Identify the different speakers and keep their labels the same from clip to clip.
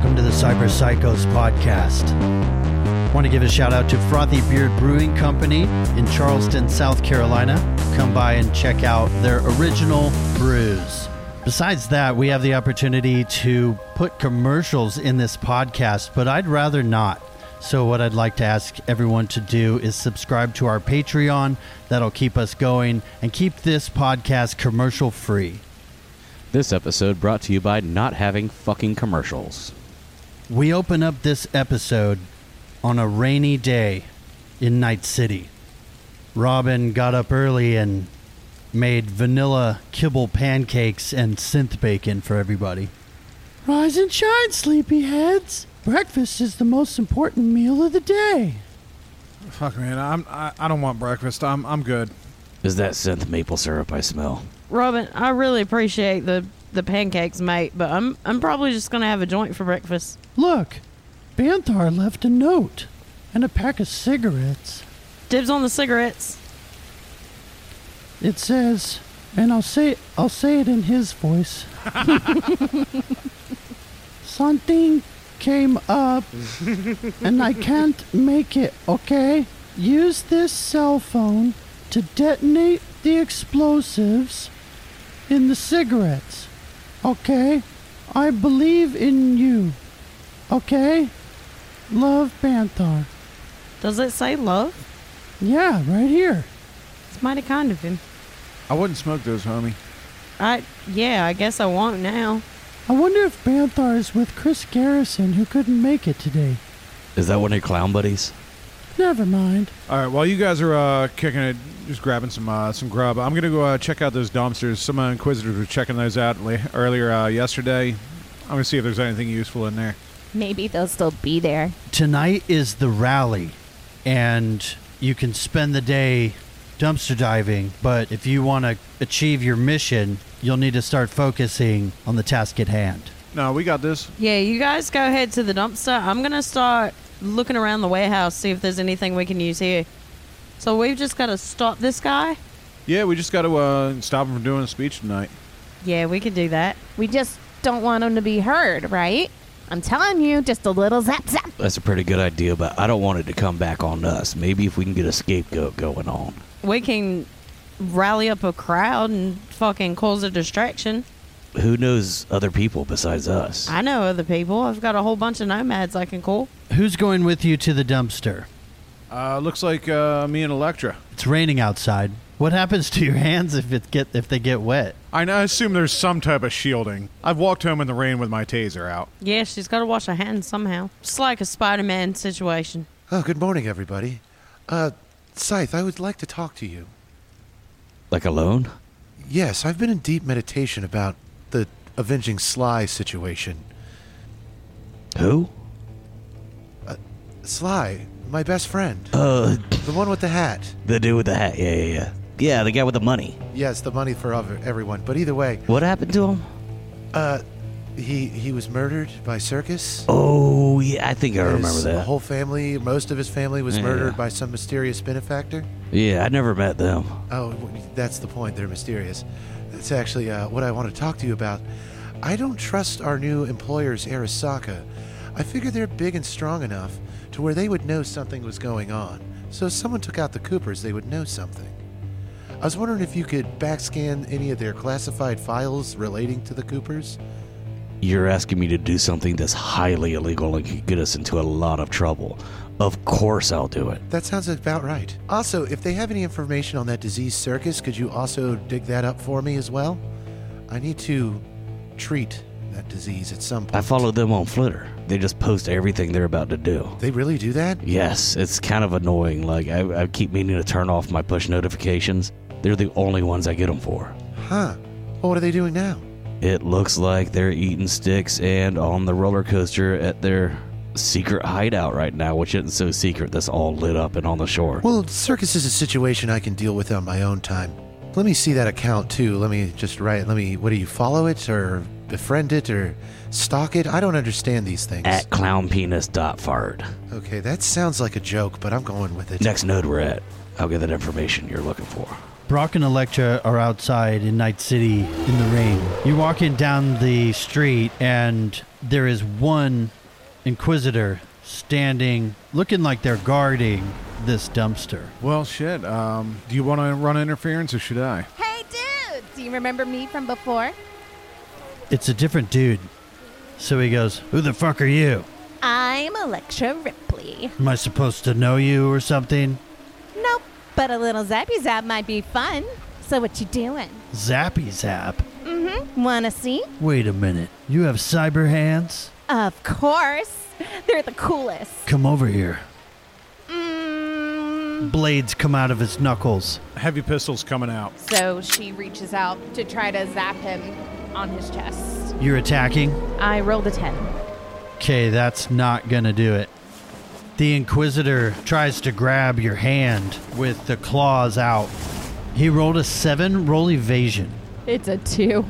Speaker 1: Cyber Psychos podcast. Want to give a shout out to Frothy Beard Brewing Company in Charleston, South Carolina. Come by and check out their original brews. Besides that, we have the opportunity to put commercials in this podcast, but I'd rather not. So, what I'd like to ask everyone to do is subscribe to our Patreon. That'll keep us going and keep this podcast commercial free.
Speaker 2: This episode brought to you by not having fucking commercials.
Speaker 1: We open up this episode on a rainy day in Night City. Robin got up early and made vanilla kibble pancakes and synth bacon for everybody. Rise and shine, sleepyheads! Breakfast is the most important meal of the day.
Speaker 3: Fuck man, I'm I, I don't want breakfast. I'm I'm good.
Speaker 2: Is that synth maple syrup I smell?
Speaker 4: Robin, I really appreciate the the pancakes, mate, but I'm I'm probably just gonna have a joint for breakfast.
Speaker 1: Look, Banthar left a note and a pack of cigarettes.
Speaker 4: Dibs on the cigarettes.
Speaker 1: It says, and I'll say I'll say it in his voice. Something came up and I can't make it, okay? Use this cell phone to detonate the explosives in the cigarettes, okay? I believe in you, okay? Love Banthar.
Speaker 4: Does it say love?
Speaker 1: Yeah, right here.
Speaker 4: It's mighty kind of him.
Speaker 3: I wouldn't smoke those, homie.
Speaker 4: I yeah, I guess I won't now.
Speaker 1: I wonder if Banthar is with Chris Garrison, who couldn't make it today.
Speaker 2: Is that one of your clown buddies?
Speaker 1: Never mind.
Speaker 3: All right, while you guys are uh, kicking it, just grabbing some uh, some grub, I'm gonna go uh, check out those dumpsters. Some uh, inquisitors were checking those out la- earlier uh, yesterday. I'm gonna see if there's anything useful in there.
Speaker 5: Maybe they'll still be there.
Speaker 1: Tonight is the rally, and you can spend the day dumpster diving, but if you want to achieve your mission, you'll need to start focusing on the task at hand.
Speaker 3: No, we got this.
Speaker 4: Yeah, you guys go ahead to the dumpster. I'm gonna start looking around the warehouse, see if there's anything we can use here. So we've just gotta stop this guy?
Speaker 3: Yeah, we just got to uh, stop him from doing a speech tonight.
Speaker 4: Yeah, we could do that.
Speaker 5: We just don't want them to be heard, right? I'm telling you, just a little zap zap.
Speaker 2: That's a pretty good idea, but I don't want it to come back on us. Maybe if we can get a scapegoat going on.
Speaker 4: We can rally up a crowd and fucking cause a distraction.
Speaker 2: Who knows other people besides us?
Speaker 4: I know other people. I've got a whole bunch of nomads I can call.
Speaker 1: Who's going with you to the dumpster?
Speaker 3: Uh, looks like uh, me and Electra.
Speaker 1: It's raining outside. What happens to your hands if it get if they get wet?
Speaker 3: I, I assume there's some type of shielding. I've walked home in the rain with my taser out.
Speaker 4: Yeah, she's got to wash her hands somehow. It's like a Spider Man situation.
Speaker 6: Oh, good morning, everybody. Uh, Scythe, I would like to talk to you.
Speaker 2: Like alone?
Speaker 6: Yes, I've been in deep meditation about the avenging Sly situation.
Speaker 2: Who?
Speaker 6: Sly, my best friend,
Speaker 2: Uh,
Speaker 6: the one with the hat.
Speaker 2: the dude with the hat. Yeah, yeah, yeah. Yeah, the guy with the money.
Speaker 6: Yes, the money for ev- everyone. But either way,
Speaker 2: What happened to him?
Speaker 6: uh, he he was murdered by Circus.
Speaker 2: Oh, yeah, I think I remember
Speaker 6: his
Speaker 2: that.
Speaker 6: whole family, most of his family, was
Speaker 2: Yeah.
Speaker 6: murdered by some mysterious benefactor.
Speaker 2: yeah, I never met them.
Speaker 6: Oh, w- that's the point. They're mysterious. That's actually uh, what I want to talk to you about. I don't trust our new employers, Arasaka. I figure they're big and strong enough to where they would know something was going on. So if someone took out the Coopers, they would know something. I was wondering if you could backscan any of their classified files relating to the Coopers.
Speaker 2: You're asking me to do something that's highly illegal and could get us into a lot of trouble. Of course I'll do it.
Speaker 6: That sounds about right. Also, if they have any information on that disease circus, could you also dig that up for me as well? I need to treat that disease at some point.
Speaker 2: I follow them on Flitter. They just post everything they're about to do.
Speaker 6: They really do that?
Speaker 2: Yes, it's kind of annoying. Like, I, I keep meaning to turn off my push notifications. They're the only ones I get them for.
Speaker 6: Huh. Well, what are they doing now?
Speaker 2: It looks like they're eating sticks and on the roller coaster at their secret hideout right now, which isn't so secret. That's all lit up and on the shore.
Speaker 6: Well, circus is a situation I can deal with on my own time. Let me see that account too. Let me just write. Let me. What do you follow it or befriend it or stalk it? I don't understand these things.
Speaker 2: At clownpenis.fard.
Speaker 6: Okay, that sounds like a joke, but I'm going with it.
Speaker 2: Next node we're at. I'll get that information you're looking for.
Speaker 1: Brock and Electra are outside in Night City in the rain. You're walking down the street, and there is one Inquisitor standing, looking like they're guarding this dumpster.
Speaker 3: Well, shit. Um, do you want to run interference or should I?
Speaker 5: Hey, dude! Do you remember me from before?
Speaker 1: It's a different dude. So he goes, Who the fuck are you?
Speaker 5: I'm Electra Ripley.
Speaker 1: Am I supposed to know you or something?
Speaker 5: Nope, but a little zappy zap might be fun. So what you doing?
Speaker 1: Zappy zap.
Speaker 5: Mm-hmm. Wanna see?
Speaker 1: Wait a minute. You have cyber hands?
Speaker 5: Of course. They're the coolest.
Speaker 1: Come over here.
Speaker 5: Mm.
Speaker 1: Blades come out of his knuckles.
Speaker 3: Heavy pistols coming out.
Speaker 5: So she reaches out to try to zap him on his chest.
Speaker 1: You're attacking?
Speaker 5: I rolled a 10.
Speaker 1: Okay, that's not gonna do it. The Inquisitor tries to grab your hand with the claws out. He rolled a seven, roll evasion.
Speaker 5: It's a 2.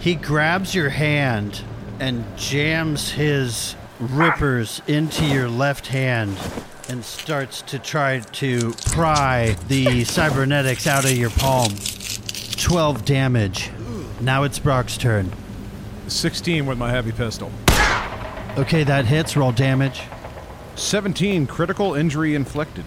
Speaker 1: He grabs your hand and jams his rippers into your left hand and starts to try to pry the cybernetics out of your palm. 12 damage. Now it's Brock's turn.
Speaker 3: 16 with my heavy pistol.
Speaker 1: Okay, that hits. Roll damage.
Speaker 3: 17 critical injury inflicted.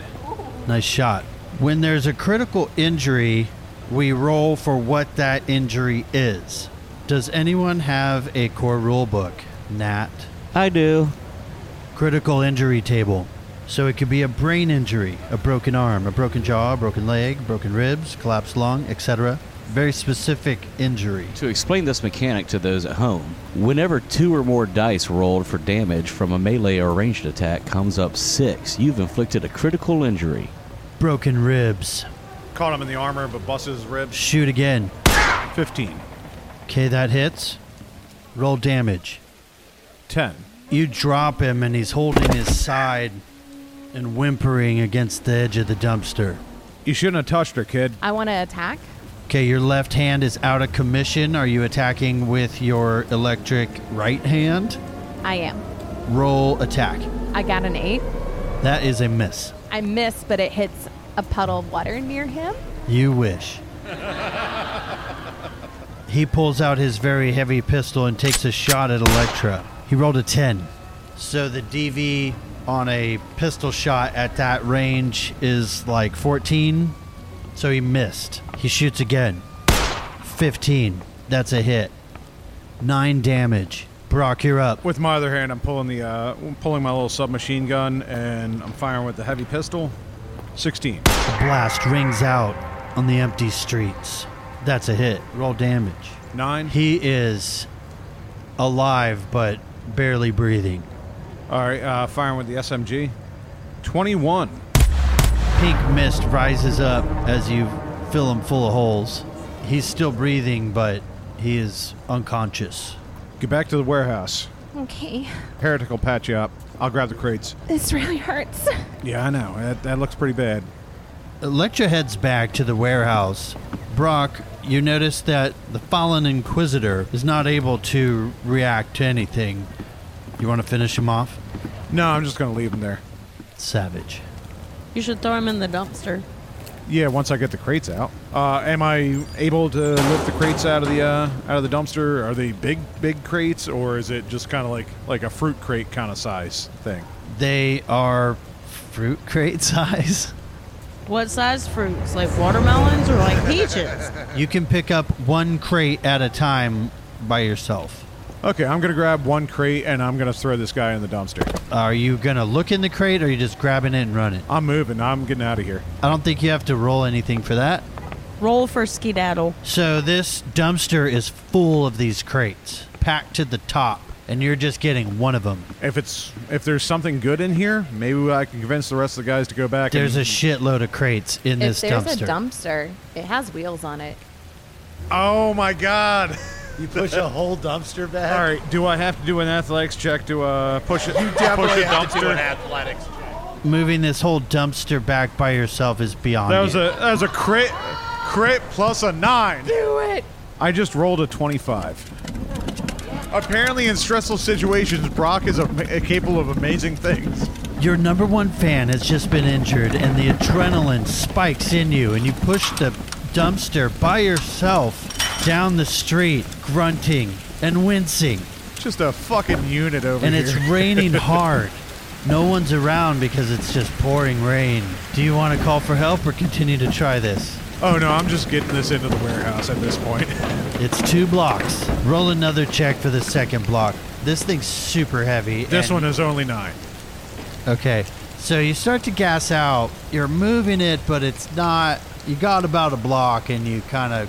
Speaker 1: Nice shot. When there's a critical injury, we roll for what that injury is. Does anyone have a core rule book? Nat.
Speaker 2: I do.
Speaker 1: Critical injury table. So it could be a brain injury, a broken arm, a broken jaw, a broken leg, broken ribs, collapsed lung, etc. Very specific injury.
Speaker 2: To explain this mechanic to those at home, whenever two or more dice rolled for damage from a melee or ranged attack comes up six, you've inflicted a critical injury.
Speaker 1: Broken ribs.
Speaker 3: Caught him in the armor, but busted his ribs.
Speaker 1: Shoot again.
Speaker 3: 15.
Speaker 1: Okay, that hits. Roll damage.
Speaker 3: 10.
Speaker 1: You drop him, and he's holding his side and whimpering against the edge of the dumpster.
Speaker 3: You shouldn't have touched her, kid.
Speaker 5: I want to attack.
Speaker 1: Okay, your left hand is out of commission. Are you attacking with your electric right hand?
Speaker 5: I am.
Speaker 1: Roll attack.
Speaker 5: I got an 8.
Speaker 1: That is a miss.
Speaker 5: I miss, but it hits a puddle of water near him.
Speaker 1: You wish. he pulls out his very heavy pistol and takes a shot at Electra. He rolled a 10. So the DV on a pistol shot at that range is like 14. So he missed. He shoots again. 15. That's a hit. 9 damage. Brock, you're up.
Speaker 3: With my other hand, I'm pulling the uh, I'm pulling my little submachine gun, and I'm firing with the heavy pistol. 16.
Speaker 1: The blast rings out on the empty streets. That's a hit. Roll damage.
Speaker 3: 9.
Speaker 1: He is alive but barely breathing.
Speaker 3: All right, uh, firing with the SMG. 21.
Speaker 1: Pink mist rises up as you fill him full of holes. He's still breathing, but he is unconscious.
Speaker 3: Get back to the warehouse.
Speaker 5: Okay.
Speaker 3: Heretic will patch you up. I'll grab the crates.
Speaker 5: This really hurts.
Speaker 3: Yeah, I know. That, that looks pretty bad.
Speaker 1: Electra heads back to the warehouse. Brock, you notice that the fallen Inquisitor is not able to react to anything. You want to finish him off?
Speaker 3: No, I'm just going to leave them there.
Speaker 1: Savage.
Speaker 4: You should throw him in the dumpster.
Speaker 3: Yeah, once I get the crates out. Uh, am I able to lift the crates out of the uh, out of the dumpster? Are they big, big crates, or is it just kind of like like a fruit crate kind of size thing?
Speaker 1: They are fruit crate size.
Speaker 4: What size fruits? Like watermelons or like peaches?
Speaker 1: You can pick up one crate at a time by yourself.
Speaker 3: Okay, I'm gonna grab one crate and I'm gonna throw this guy in the dumpster.
Speaker 1: Are you going to look in the crate or are you just grabbing it and running?
Speaker 3: I'm moving. I'm getting out of here.
Speaker 1: I don't think you have to roll anything for that.
Speaker 4: Roll for skedaddle.
Speaker 1: So this dumpster is full of these crates, packed to the top, and you're just getting one of them.
Speaker 3: If it's if there's something good in here, maybe I can convince the rest of the guys to go back.
Speaker 1: There's a
Speaker 3: and,
Speaker 1: shitload of crates in this
Speaker 5: if there's
Speaker 1: dumpster.
Speaker 5: a dumpster, it has wheels on it.
Speaker 3: oh my god.
Speaker 6: You push a whole dumpster back.
Speaker 3: All right, do I have to do an athletics check to uh, push it? You push
Speaker 7: Definitely
Speaker 3: a
Speaker 7: have to do an
Speaker 3: dumpster.
Speaker 7: athletics.
Speaker 1: Moving this whole dumpster back by yourself is beyond.
Speaker 3: That was
Speaker 1: you.
Speaker 3: a that was a crit crit plus a nine.
Speaker 5: Do it.
Speaker 3: I just rolled a 25. Apparently, in stressful situations, Brock is a, a capable of amazing things.
Speaker 1: Your number one fan has just been injured, and the adrenaline spikes in you, and you push the dumpster by yourself down the street, grunting and wincing.
Speaker 3: Just a fucking unit over
Speaker 1: and
Speaker 3: here.
Speaker 1: it's raining hard. No one's around because it's just pouring rain. Do you want to call for help or continue to try this?
Speaker 3: oh no, I'm just getting this into the warehouse at this point.
Speaker 1: It's two blocks. Roll another check for the second block. This thing's super heavy.
Speaker 3: this
Speaker 1: and-
Speaker 3: one is only nine.
Speaker 1: Okay. So you start to gas out. You're moving it, but it's not. You got about a block and you kind of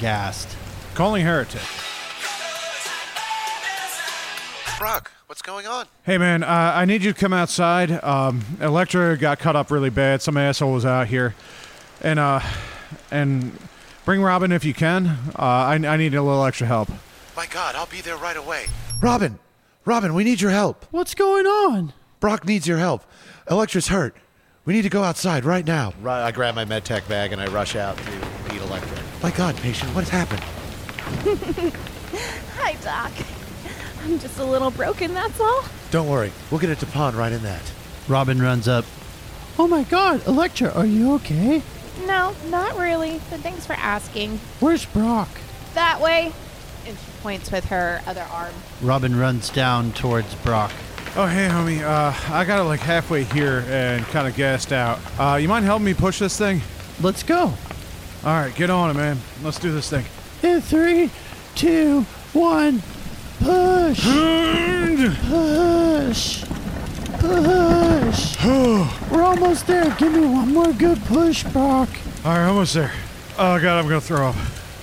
Speaker 1: gassed.
Speaker 3: Calling heretic.
Speaker 6: Brock, what's going on?
Speaker 3: Hey man, uh, I need you to come outside. Um, Electra got cut up really bad. Some asshole was out here, and uh, and bring Robin if you can. Uh, I, I need a little extra help.
Speaker 6: My God, I'll be there right away. Robin, Robin, we need your help.
Speaker 1: What's going on?
Speaker 6: Brock needs your help. Electra's hurt. We need to go outside right now.
Speaker 7: Ru- I grab my med tech bag and I rush out to meet Electra.
Speaker 6: My God, patient, what's happened?
Speaker 8: Hi, Doc. I'm just a little broken, that's all.
Speaker 6: Don't worry, we'll get it to Pond right in that.
Speaker 1: Robin runs up. Oh my god, Electra, are you okay?
Speaker 5: No, not really. But thanks for asking.
Speaker 1: Where's Brock?
Speaker 5: That way. And she points with her other arm.
Speaker 1: Robin runs down towards Brock.
Speaker 3: Oh hey homie, uh, I got it like halfway here and kind of gassed out. Uh, you mind helping me push this thing?
Speaker 1: Let's go.
Speaker 3: All right, get on it, man. Let's do this thing.
Speaker 1: In three, two, one, push, push, push. We're almost there. Give me one more good push, Brock.
Speaker 3: All right, almost there. Oh god, I'm gonna throw up.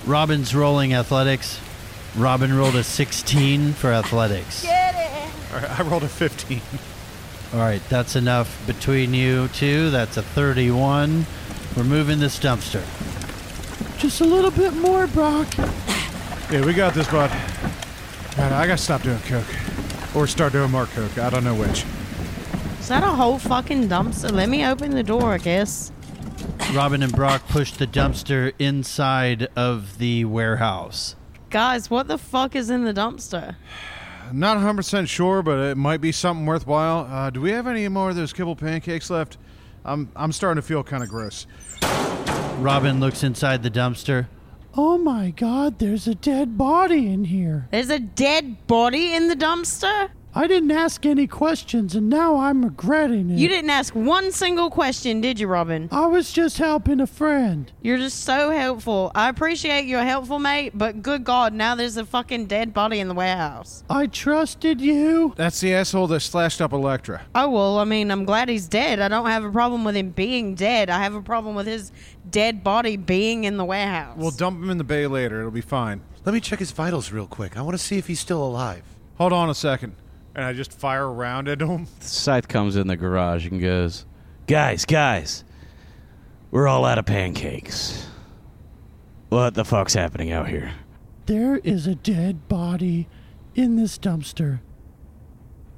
Speaker 1: Robin's rolling athletics. Robin rolled a 16 for athletics.
Speaker 3: All right, I rolled a 15.
Speaker 1: All right, that's enough between you two. That's a 31. We're moving this dumpster. Just a little bit more, Brock.
Speaker 3: Yeah, we got this, bud. God, I gotta stop doing coke, or start doing more coke. I don't know which.
Speaker 4: Is that a whole fucking dumpster? Let me open the door, I guess.
Speaker 1: Robin and Brock pushed the dumpster inside of the warehouse.
Speaker 4: Guys, what the fuck is in the dumpster?
Speaker 3: Not 100% sure, but it might be something worthwhile. Uh, do we have any more of those kibble pancakes left? I'm, I'm starting to feel kind of gross.
Speaker 1: Robin looks inside the dumpster. Oh my god, there's a dead body in here.
Speaker 4: There's a dead body in the dumpster?
Speaker 1: I didn't ask any questions and now I'm regretting it.
Speaker 4: You didn't ask one single question, did you, Robin?
Speaker 1: I was just helping a friend.
Speaker 4: You're just so helpful. I appreciate you're helpful, mate, but good God, now there's a fucking dead body in the warehouse.
Speaker 1: I trusted you.
Speaker 3: That's the asshole that slashed up Electra.
Speaker 4: Oh, well, I mean, I'm glad he's dead. I don't have a problem with him being dead. I have a problem with his dead body being in the warehouse.
Speaker 3: We'll dump him in the bay later. It'll be fine.
Speaker 6: Let me check his vitals real quick. I want to see if he's still alive.
Speaker 3: Hold on a second. And I just fire a round at him.
Speaker 2: Scythe comes in the garage and goes, Guys, guys, we're all out of pancakes. What the fuck's happening out here?
Speaker 1: There is a dead body in this dumpster.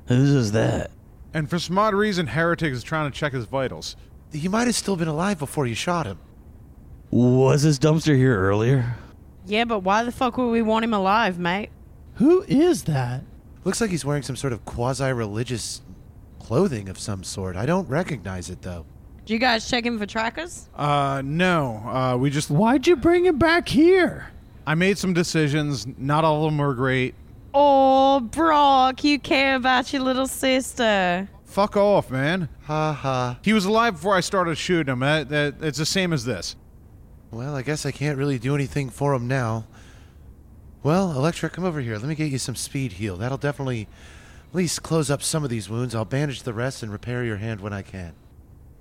Speaker 2: Whose is that?
Speaker 3: And for some odd reason, Heretic is trying to check his vitals.
Speaker 6: He might have still been alive before you shot him.
Speaker 2: Was this dumpster here earlier?
Speaker 4: yeah, but why the fuck would we want him alive, mate?
Speaker 1: Who is that?
Speaker 6: Looks like he's wearing some sort of quasi religious clothing of some sort. I don't recognize it, though.
Speaker 4: Do you guys check him for trackers?
Speaker 3: Uh, no. Uh, we just.
Speaker 1: Why'd you bring him back here?
Speaker 3: I made some decisions. Not all of them were great.
Speaker 4: Oh, Brock, you care about your little sister.
Speaker 3: Fuck off, man.
Speaker 6: Ha ha.
Speaker 3: He was alive before I started shooting him. That, that, it's the same as this.
Speaker 6: Well, I guess I can't really do anything for him now. Well, Electra, come over here. Let me get you some speed heal. That'll definitely at least close up some of these wounds. I'll bandage the rest and repair your hand when I can.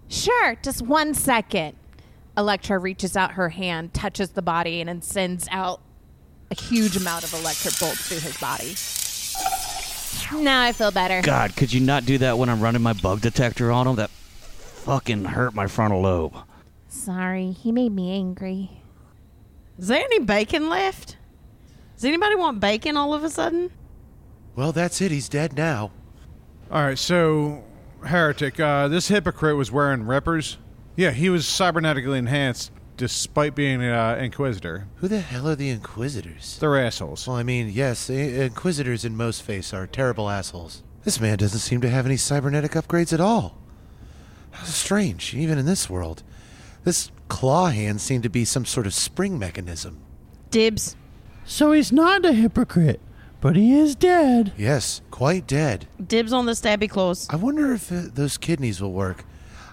Speaker 5: Sure, just one second. Electra reaches out her hand, touches the body, and then sends out a huge amount of electric bolts through his body. Now I feel better.
Speaker 2: God, could you not do that when I'm running my bug detector on him? That fucking hurt my frontal lobe.
Speaker 5: Sorry, he made me angry.
Speaker 4: Is there any bacon left? Does anybody want bacon all of a sudden?
Speaker 6: Well, that's it. He's dead now.
Speaker 3: All right, so heretic, uh, this hypocrite was wearing rippers. Yeah, he was cybernetically enhanced despite being an uh, inquisitor.
Speaker 6: Who the hell are the Inquisitors?
Speaker 3: They're assholes.
Speaker 6: Well, I mean, yes, i- Inquisitors in most faiths are terrible assholes. This man doesn't seem to have any cybernetic upgrades at all. How strange, even in this world. This claw hand seemed to be some sort of spring mechanism.
Speaker 4: Dibs.
Speaker 1: So he's not a hypocrite, But he is dead.
Speaker 6: Yes, quite dead.
Speaker 4: Dibs on the stabby claws.
Speaker 6: I wonder if uh, those kidneys will work.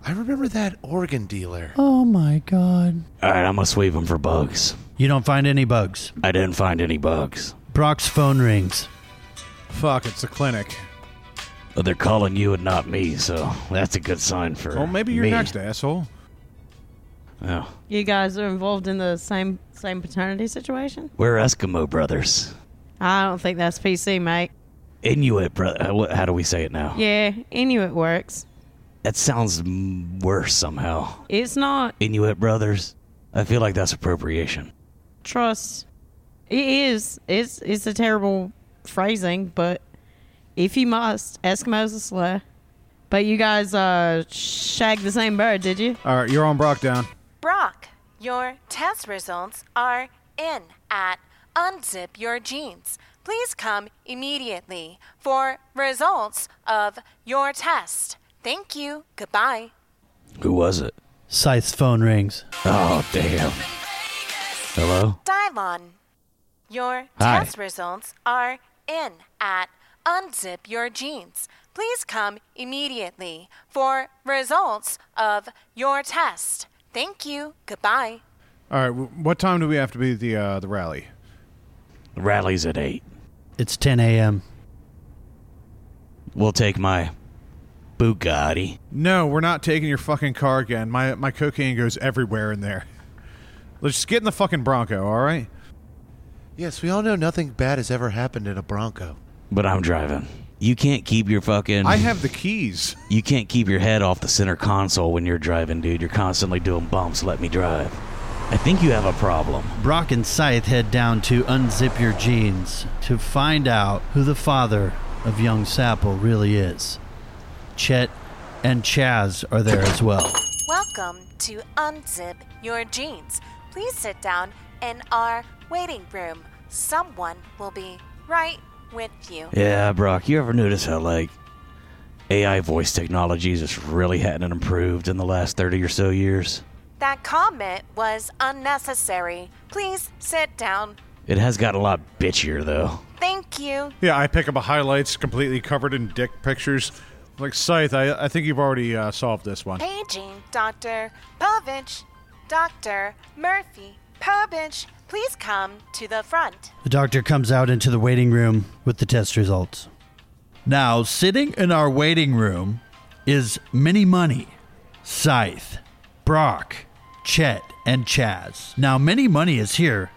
Speaker 6: I remember that organ dealer.
Speaker 1: Oh my god.
Speaker 2: All right, I'm gonna sweep him for bugs.
Speaker 1: You don't find any bugs.
Speaker 2: I didn't find any bugs.
Speaker 1: Brock's phone rings.
Speaker 3: Fuck, it's the clinic.
Speaker 2: But they're calling you and not me, so that's a good sign for.
Speaker 3: Well, maybe you're
Speaker 2: me.
Speaker 3: next, asshole.
Speaker 2: Oh,
Speaker 4: You guys are involved in the same same paternity situation?
Speaker 2: we're Eskimo brothers.
Speaker 4: I don't think that's PC, mate.
Speaker 2: Inuit brother. How do we say it now?
Speaker 4: Yeah, Inuit works.
Speaker 2: That sounds mm, worse somehow.
Speaker 4: It's not
Speaker 2: Inuit brothers. I feel like that's appropriation.
Speaker 4: trust. It is. It's it's a terrible phrasing, but if you must, Eskimos a slur. But you guys uh shagged the same bird, did you?
Speaker 3: All right, you're on Brock down.
Speaker 5: Brock, your test results are in at Unzip Your Jeans. Please come immediately for results of your test. Thank you. Goodbye.
Speaker 2: Who was it?
Speaker 1: Scythe's phone rings.
Speaker 2: Oh damn. Hello.
Speaker 5: Dylon, your
Speaker 2: Hi.
Speaker 5: test results are in at Unzip Your Jeans. Please come immediately for results of your test. Thank you. Goodbye.
Speaker 3: All right, wh- what time do we have to be at the uh, the rally?
Speaker 2: Rally's at eight.
Speaker 1: It's 10 a.m.
Speaker 2: We'll take my Bugatti.
Speaker 3: No, we're not taking your fucking car again. My my cocaine goes everywhere in there. Let's just get in the fucking Bronco, all right?
Speaker 6: Yes, we all know nothing bad has ever happened in a Bronco.
Speaker 2: But I'm driving. You can't keep your fucking.
Speaker 3: I have the keys.
Speaker 2: You can't keep your head off the center console when you're driving, dude. You're constantly doing bumps. Let me drive. I think you have a problem.
Speaker 1: Brock and Scythe head down to Unzip Your Jeans to find out who the father of young Sapple really is. Chet and Chaz are there as well.
Speaker 5: Welcome to Unzip Your Jeans. Please sit down in our waiting room. Someone will be right with you.
Speaker 2: Yeah, Brock, you ever notice how, like, AI voice technologies just really hadn't improved in the last 30 or so years?
Speaker 5: That comment was unnecessary. Please sit down.
Speaker 2: It has got a lot bitchier, though.
Speaker 5: Thank you.
Speaker 3: Yeah, I pick up a highlights completely covered in dick pictures. Like Scythe, I, I think you've already uh, solved this one.
Speaker 5: Paging Dr. Povich. Dr. Murphy Povich, please come to the front.
Speaker 1: The doctor comes out into the waiting room with the test results. Now, sitting in our waiting room is Mini Money, Scythe, Brock, Chet, and Chaz. Now, Mini Money is here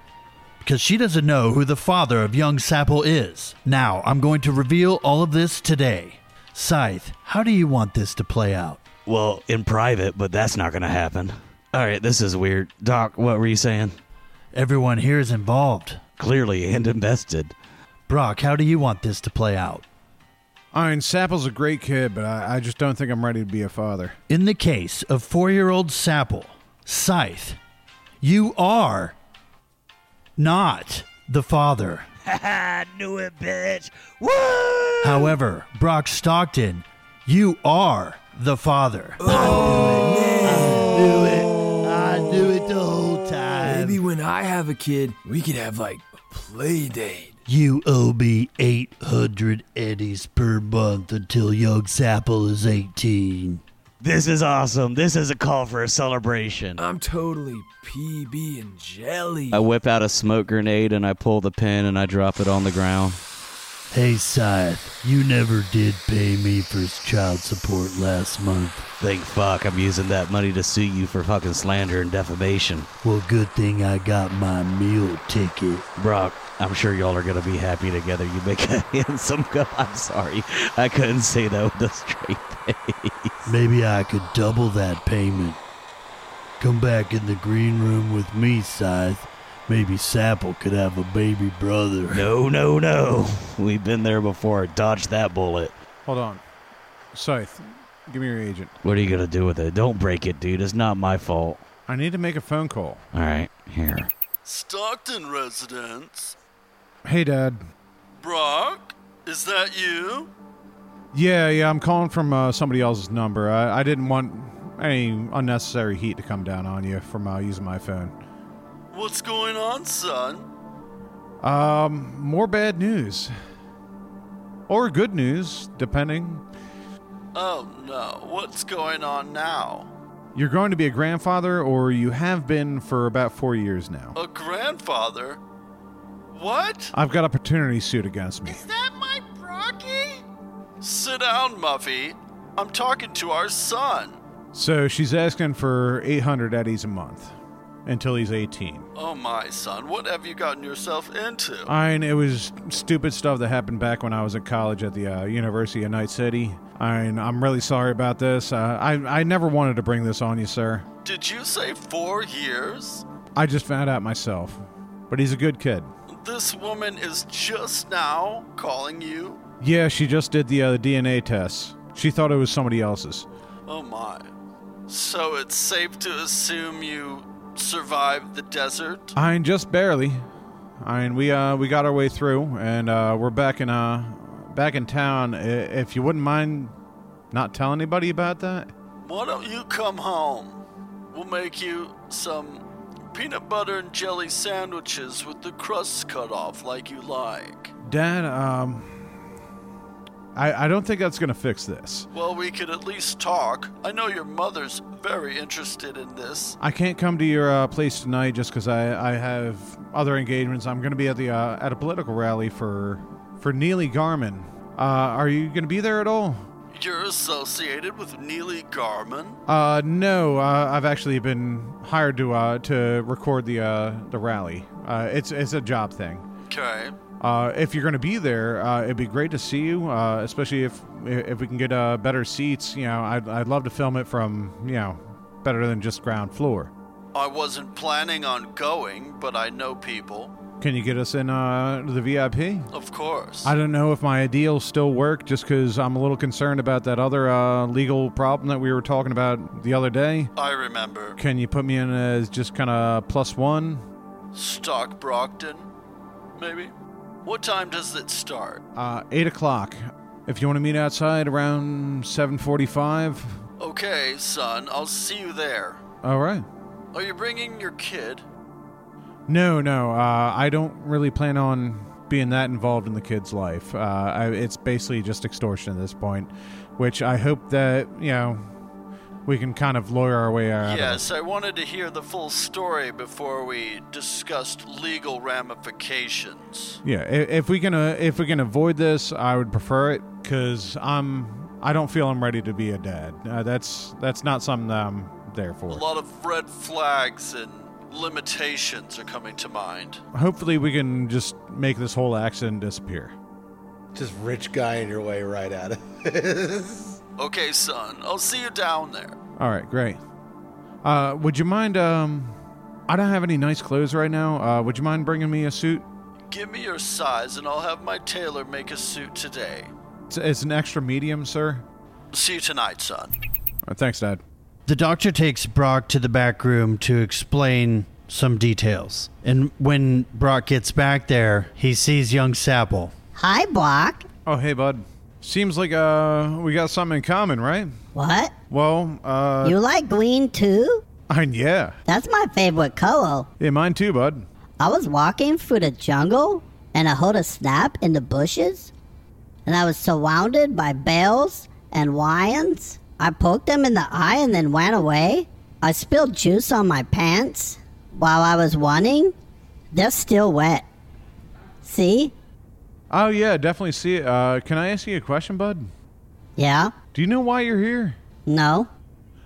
Speaker 1: because she doesn't know who the father of young Sapple is. Now, I'm going to reveal all of this today. Scythe, how do you want this to play out?
Speaker 2: Well, in private, but that's not going to happen. All right, this is weird. Doc, what were you saying?
Speaker 1: Everyone here is involved.
Speaker 2: Clearly and invested.
Speaker 1: Brock, how do you want this to play out?
Speaker 3: I mean, Sapple's a great kid, but I, I just don't think I'm ready to be a father.
Speaker 1: In the case of four year old Sapple, Scythe, you are not the father.
Speaker 2: I knew it, bitch. Woo!
Speaker 1: However, Brock Stockton, you are the father. I knew Oh, it. I knew it the whole
Speaker 9: Maybe
Speaker 1: time.
Speaker 9: when I have a kid, we could have like a play date.
Speaker 1: You owe me 800 eddies per month until young Sapple is 18.
Speaker 2: This is awesome. This is a call for a celebration.
Speaker 9: I'm totally PB and jelly.
Speaker 2: I whip out a smoke grenade and I pull the pin and I drop it on the ground.
Speaker 1: Hey, Scythe, you never did pay me for child support last month.
Speaker 2: Thank fuck I'm using that money to sue you for fucking slander and defamation.
Speaker 1: Well, good thing I got my meal ticket.
Speaker 2: Brock, I'm sure y'all are gonna be happy together. You make a handsome couple. I'm sorry. I couldn't say that with a straight face.
Speaker 1: Maybe I could double that payment. Come back in the green room with me, Scythe. Maybe Sapple could have a baby brother.
Speaker 2: No, no, no. We've been there before. Dodge that bullet.
Speaker 3: Hold on. Scythe, give me your agent.
Speaker 2: What are you gonna do with it? Don't break it, dude. It's not my fault.
Speaker 3: I need to make a phone call.
Speaker 2: Alright, here.
Speaker 10: Stockton residence.
Speaker 3: Hey, Dad.
Speaker 10: Brock, is that you?
Speaker 3: Yeah, yeah, I'm calling from uh, somebody else's number. I, I didn't want any unnecessary heat to come down on you from uh, using my phone.
Speaker 10: What's going on, son?
Speaker 3: Um, more bad news. Or good news, depending.
Speaker 10: Oh no, what's going on now?
Speaker 3: You're going to be a grandfather, or you have been for about four years now.
Speaker 10: A grandfather? What?
Speaker 3: I've got a paternity suit against me.
Speaker 10: Is that my Brocky? Sit down, Muffy. I'm talking to our son.
Speaker 3: So she's asking for 800 eddies a month until he's 18.
Speaker 10: Oh my son, what have you gotten yourself into?
Speaker 3: I mean, it was stupid stuff that happened back when I was at college at the uh, University of Night City. I mean, I'm really sorry about this. Uh, I, I never wanted to bring this on you, sir.
Speaker 10: Did you say four years?
Speaker 3: I just found out myself. But he's a good kid.
Speaker 10: This woman is just now calling you?
Speaker 3: Yeah, she just did the uh, DNA tests. She thought it was somebody else's.
Speaker 10: Oh my. So it's safe to assume you survived the desert?
Speaker 3: I mean, just barely. I mean, we uh, we got our way through, and uh, we're back in uh, back in town. I- If you wouldn't mind not telling anybody about that,
Speaker 10: Why don't you come home? We'll make you some peanut butter and jelly sandwiches with the crusts cut off like you like.
Speaker 3: Dad. Um, I I don't think that's gonna fix this.
Speaker 10: Well, we could at least talk. I know your mother's very interested in this.
Speaker 3: I can't come to your uh, place tonight just because I, I have other engagements. I'm going to be at the uh, at a political rally for for Neely Garmin. Uh, are you going to be there at all?
Speaker 10: You're associated with Neely Garman?
Speaker 3: Uh, no, uh, I've actually been hired to uh, to record the uh, the rally. Uh, it's it's a job thing.
Speaker 10: Okay.
Speaker 3: Uh, if you're going to be there, uh, it'd be great to see you, uh, especially if if we can get uh, better seats. You know, I'd I'd love to film it from you know better than just ground floor.
Speaker 10: I wasn't planning on going, but I know people.
Speaker 3: Can you get us in uh, to the VIP?
Speaker 10: Of course.
Speaker 3: I don't know if my ideals still work just because I'm a little concerned about that other uh, legal problem that we were talking about the other day.
Speaker 10: I remember.
Speaker 3: Can you put me in as just kind of plus one?
Speaker 10: Stock Brockton, maybe? What time does it start?
Speaker 3: Uh, eight o'clock. If you want to meet outside around 7.45,
Speaker 10: Okay, son, I'll see you there.
Speaker 3: all right.
Speaker 10: Are you bringing your kid?
Speaker 3: No, no, uh, I don't really plan on being that involved in the kid's life. Uh, I, it's basically just extortion at this point, which I hope that, you know, we can kind of lawyer our way out of it.
Speaker 10: Yes, I wanted to hear the full story before we discussed legal ramifications.
Speaker 3: Yeah, i- if we can uh, if we can avoid this, I would prefer it because I'm I don't feel I'm ready to be a dad. Uh, that's that's not something that I'm there
Speaker 10: A
Speaker 3: for.
Speaker 10: lot of red flags and limitations are coming to mind.
Speaker 3: Hopefully, we can just make this whole accident disappear.
Speaker 7: Just rich guy in your way right out of this.
Speaker 10: Okay, son, I'll see you down there.
Speaker 3: All right, great. Uh, would you mind? Um, I don't have any nice clothes right now. Uh, would you mind bringing me a suit?
Speaker 10: Give me your size and I'll have my tailor make a suit today.
Speaker 3: It's, it's an extra medium, sir.
Speaker 10: See you tonight, son.
Speaker 3: Uh, thanks, Dad.
Speaker 1: The doctor takes Brock to the back room to explain some details. And when Brock gets back there, he sees young Sapple.
Speaker 11: Hi, Block.
Speaker 3: Oh, hey, bud. Seems like uh we got something in common, right?
Speaker 11: What?
Speaker 3: Well, uh,
Speaker 11: you like green too?
Speaker 3: I yeah.
Speaker 11: That's my favorite color.
Speaker 3: Yeah, mine too, bud.
Speaker 11: I was walking through the jungle and I heard a snap in the bushes, and I was surrounded by bears and lions. I poked them in the eye and then ran away. I spilled juice on my pants while I was running. They're still wet. See?
Speaker 3: Oh yeah, definitely see it. Uh, can I ask you a question, bud?
Speaker 11: Yeah.
Speaker 3: Do you know why you're here?
Speaker 11: No.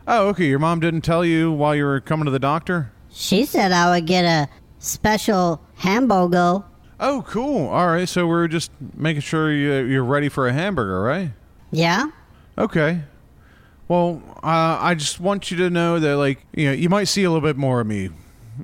Speaker 3: Oh, okay. Your mom didn't tell you while you were coming to the doctor.
Speaker 11: She said I would get a special hamburger.
Speaker 3: Oh, cool. All right, so we're just making sure you, you're ready for a hamburger, right?
Speaker 11: Yeah?
Speaker 3: Okay. Well, uh, I just want you to know that, like, you know, you might see a little bit more of me,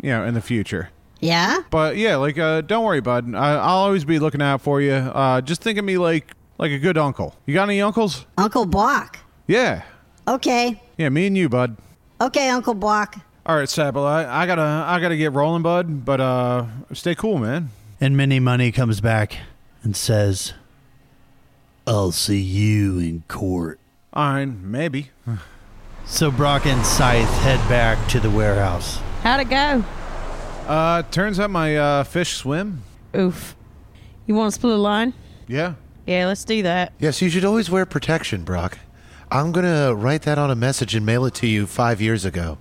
Speaker 3: you know, in the future.
Speaker 11: Yeah?
Speaker 3: But yeah, like, uh, don't worry, bud. I, I'll always be looking out for you. Uh, just think of me like like a good uncle. You got any uncles?
Speaker 11: Uncle Block.
Speaker 3: Yeah,
Speaker 11: Okay.
Speaker 3: yeah, me and you, bud.
Speaker 11: Okay, Uncle Block.
Speaker 3: All right, Sapple, I, I gotta I gotta get rolling, bud. But uh, stay cool, man.
Speaker 1: And Minnie Money comes back and says, I'll see you in court.
Speaker 3: I maybe.
Speaker 1: So Brock and Scythe head back to the warehouse.
Speaker 4: How'd it go?
Speaker 3: Uh, turns out my uh, fish swim.
Speaker 4: Oof. You want to split a line?
Speaker 6: Yeah.
Speaker 4: Yeah, let's do that.
Speaker 6: Yes, you should always wear protection, Brock. I'm going to write that on a message and mail it to you five years ago.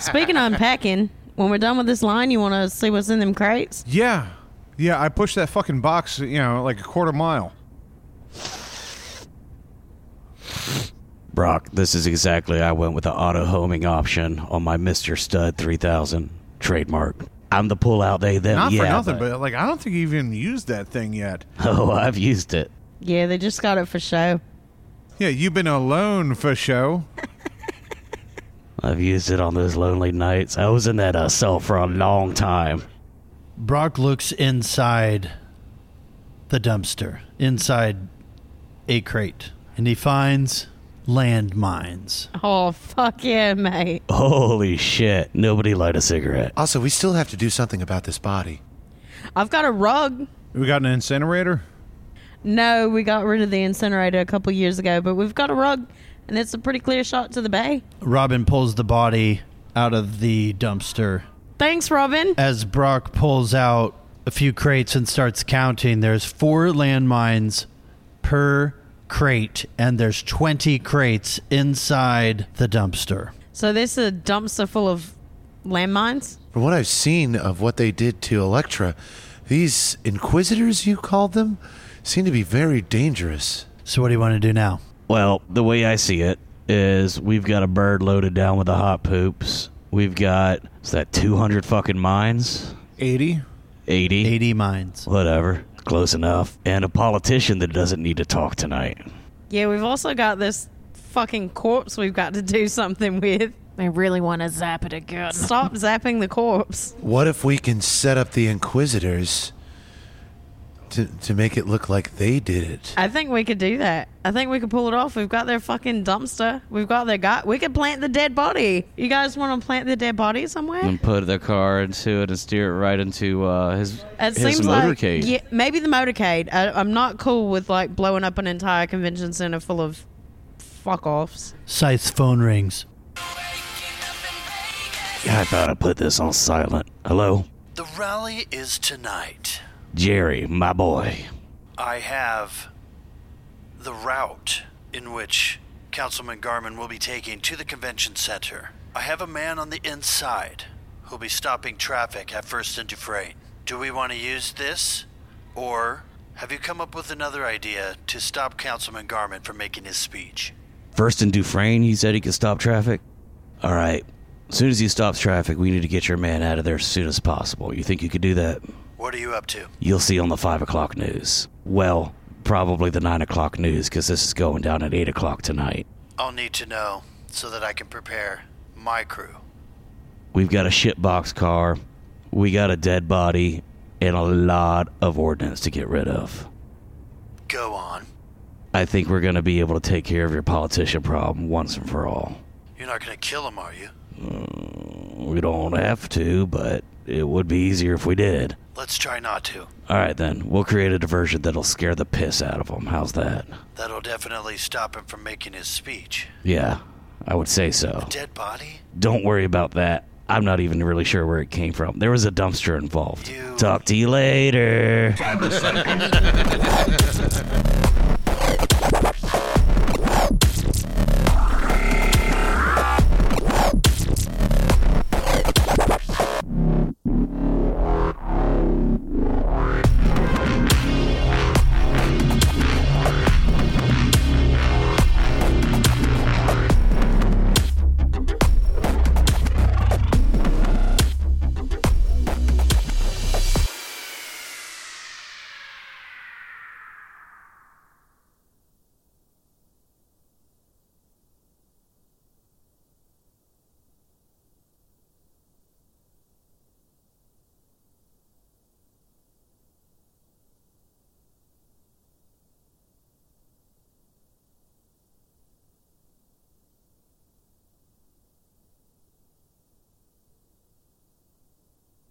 Speaker 4: Speaking of unpacking, when we're done with this line, you want to see what's in them crates?
Speaker 3: Yeah. Yeah, I pushed that fucking box, you know, like a quarter mile.
Speaker 2: Brock, this is exactly I went with the auto homing option on my Mr. Stud 3000 trademark. I'm the pull out they them.
Speaker 3: Not
Speaker 2: yeah,
Speaker 3: for nothing, but, like I don't think you even used that thing yet.
Speaker 2: oh, I've used it.
Speaker 4: Yeah, they just got it for show.
Speaker 3: Yeah, you've been alone for show.
Speaker 2: I've used it on those lonely nights. I was in that uh, cell for a long time.
Speaker 1: Brock looks inside the dumpster, inside a crate, and he finds landmines.
Speaker 4: Oh, fuck yeah, mate.
Speaker 2: Holy shit! Nobody light a cigarette.
Speaker 6: Also, we still have to do something about this body.
Speaker 4: I've got a rug.
Speaker 3: We got an incinerator.
Speaker 4: No, we got rid of the incinerator a couple years ago, but we've got a rug, and it's a pretty clear shot to the bay.
Speaker 1: Robin pulls the body out of the dumpster.
Speaker 4: Thanks, Robin.
Speaker 1: As Brock pulls out a few crates and starts counting, there's four landmines per crate, and there's 20 crates inside the dumpster.
Speaker 4: So this is a dumpster full of landmines.
Speaker 6: From what I've seen of what they did to Electra, these inquisitors, you called them, seem to be very dangerous.
Speaker 1: So, what do you want to do now?
Speaker 2: Well, the way I see it is we've got a bird loaded down with the hot poops. We've got, is that 200 fucking mines?
Speaker 3: 80?
Speaker 2: 80.
Speaker 1: 80 mines.
Speaker 2: Whatever. Close enough. And a politician that doesn't need to talk tonight.
Speaker 4: Yeah, we've also got this fucking corpse we've got to do something with.
Speaker 5: I really want to zap it again.
Speaker 4: Stop zapping the corpse.
Speaker 6: What if we can set up the inquisitors to, to make it look like they did it?
Speaker 4: I think we could do that. I think we could pull it off. We've got their fucking dumpster. We've got their guy. We could plant the dead body. You guys want to plant the dead body somewhere?
Speaker 2: And put the car into it and steer it right into uh, his,
Speaker 4: It
Speaker 2: his
Speaker 4: seems
Speaker 2: motorcade.
Speaker 4: like yeah, maybe the motorcade. I, I'm not cool with like blowing up an entire convention center full of fuck offs.
Speaker 1: Scythe's phone rings.
Speaker 2: Yeah, I thought I put this on silent. Hello?
Speaker 10: The rally is tonight.
Speaker 2: Jerry, my boy.
Speaker 10: I have the route in which Councilman Garman will be taking to the convention center. I have a man on the inside who'll be stopping traffic at First and Dufresne. Do we want to use this? Or have you come up with another idea to stop Councilman Garman from making his speech?
Speaker 2: First and Dufresne, you said he could stop traffic? All right. As soon as he stops traffic, we need to get your man out of there as soon as possible. You think you could do that?
Speaker 10: What are you up to?
Speaker 2: You'll see on the 5 o'clock news. Well, probably the 9 o'clock news, because this is going down at 8 o'clock tonight.
Speaker 10: I'll need to know so that I can prepare my crew.
Speaker 2: We've got a shitbox car, we got a dead body, and a lot of ordnance to get rid of.
Speaker 10: Go on.
Speaker 2: I think we're going to be able to take care of your politician problem once and for all.
Speaker 10: You're not going to kill him, are you?
Speaker 2: We don't have to, but it would be easier if we did.
Speaker 10: Let's try not to.
Speaker 2: All right, then. We'll create a diversion that'll scare the piss out of him. How's that?
Speaker 10: That'll definitely stop him from making his speech.
Speaker 2: Yeah, I would say so.
Speaker 10: Dead body?
Speaker 2: Don't worry about that. I'm not even really sure where it came from. There was a dumpster involved. Talk to you later.